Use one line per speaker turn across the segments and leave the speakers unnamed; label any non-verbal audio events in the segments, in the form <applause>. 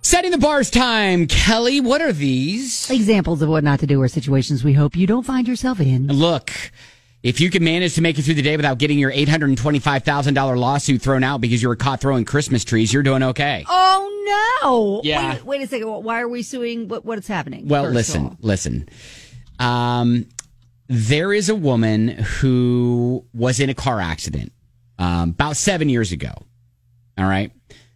Setting the bars time, Kelly. What are these?
Examples of what not to do or situations we hope you don't find yourself in.
Look, if you can manage to make it through the day without getting your $825,000 lawsuit thrown out because you were caught throwing Christmas trees, you're doing okay.
Oh no!
Yeah.
Wait, wait a second. Why are we suing? What, what is happening?
Well,
first of
listen,
all?
listen. Um, there is a woman who was in a car accident um, about seven years ago. All right.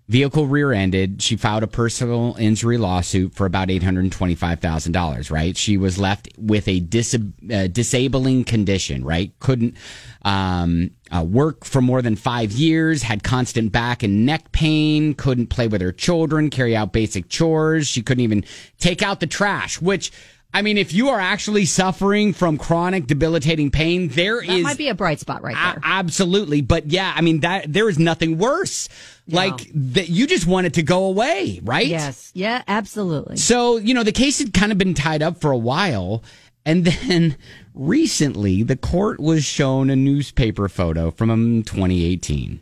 Vehicle rear ended. She filed a personal injury lawsuit for about $825,000, right? She was left with a dis- uh, disabling condition, right? Couldn't um, uh, work for more than five years, had constant back and neck pain, couldn't play with her children, carry out basic chores. She couldn't even take out the trash, which. I mean, if you are actually suffering from chronic debilitating pain, there is
that might be a bright spot right
a-
there.
absolutely. But yeah, I mean that there is nothing worse. Like that you just want it to go away, right?
yes. Yeah. Absolutely.
So, you know, the case had kind of been tied up for a while. And <laughs> then recently the court was shown a newspaper photo from um, 2018.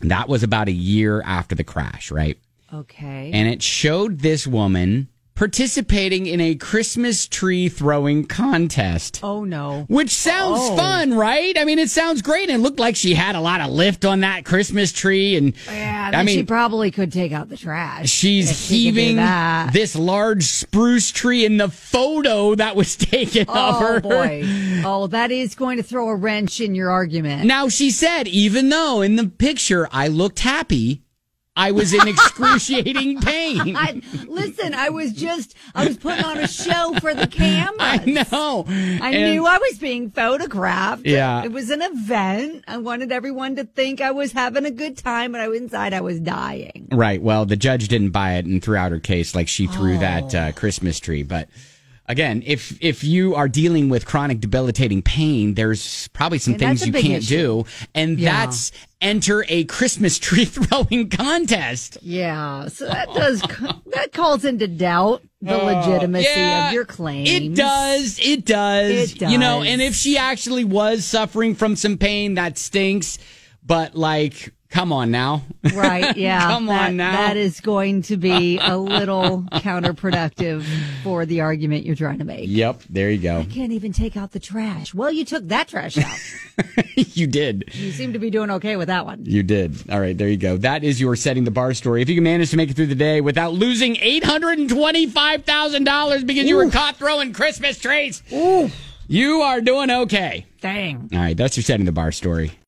That was about a year after the crash, right?
Okay.
And it showed this woman participating in a Christmas tree throwing contest.
oh no.
Which sounds
Oh.
fun, right? I mean, it sounds great. And it looked like she had a lot of lift on that Christmas tree. And
Yeah.
I
then she
mean,
probably could take out the trash. if
she's
she could do
heaving
that.
this large spruce tree in the photo that was <laughs> taken of
Oh
her. <laughs>
boy. Oh, that is going to throw a wrench in your argument.
Now, she said, even though in the picture I looked happy, I was
<laughs>
in excruciating pain.
I listen. I was just I was putting on a show for the cameras.
<laughs> <laughs> I know.
I
And-
knew I was being photographed.
Yeah.
It was an event. I wanted everyone to think I was having a good time, but I was inside I was dying.
Right. Well, the judge didn't buy it and threw out her case like she threw that
Oh.
uh, Christmas tree. But again, if if you are dealing with chronic debilitating pain, there's probably some
Yeah,
things
that's a
you
big
can't
issue.
do, and
Yeah.
that's enter a Christmas tree <laughs> throwing contest.
Yeah. So <laughs> that does that calls into doubt the legitimacy
Oh, yeah,
of your claim.
It does. It does.
It
You know,
does.
and if she actually was suffering from some pain, that stinks. But like, come on now.
<laughs>
<laughs>
Right. Yeah.
Come on
That-
now.
That is going to be
<laughs>
a little counterproductive for the argument you're trying to make.
Yep, there you go.
Can't even take out the trash. Well, you took that trash out.
<laughs> you did.
you seem to be doing okay with that one.
You did. All right, there you go. That is your setting the bar story. If you can manage to make it through the day without losing eight hundred and twenty-five thousand dollars because you were caught throwing Christmas trees,
Ooh,
you are doing okay.
dang.
All right, that's your setting the bar story.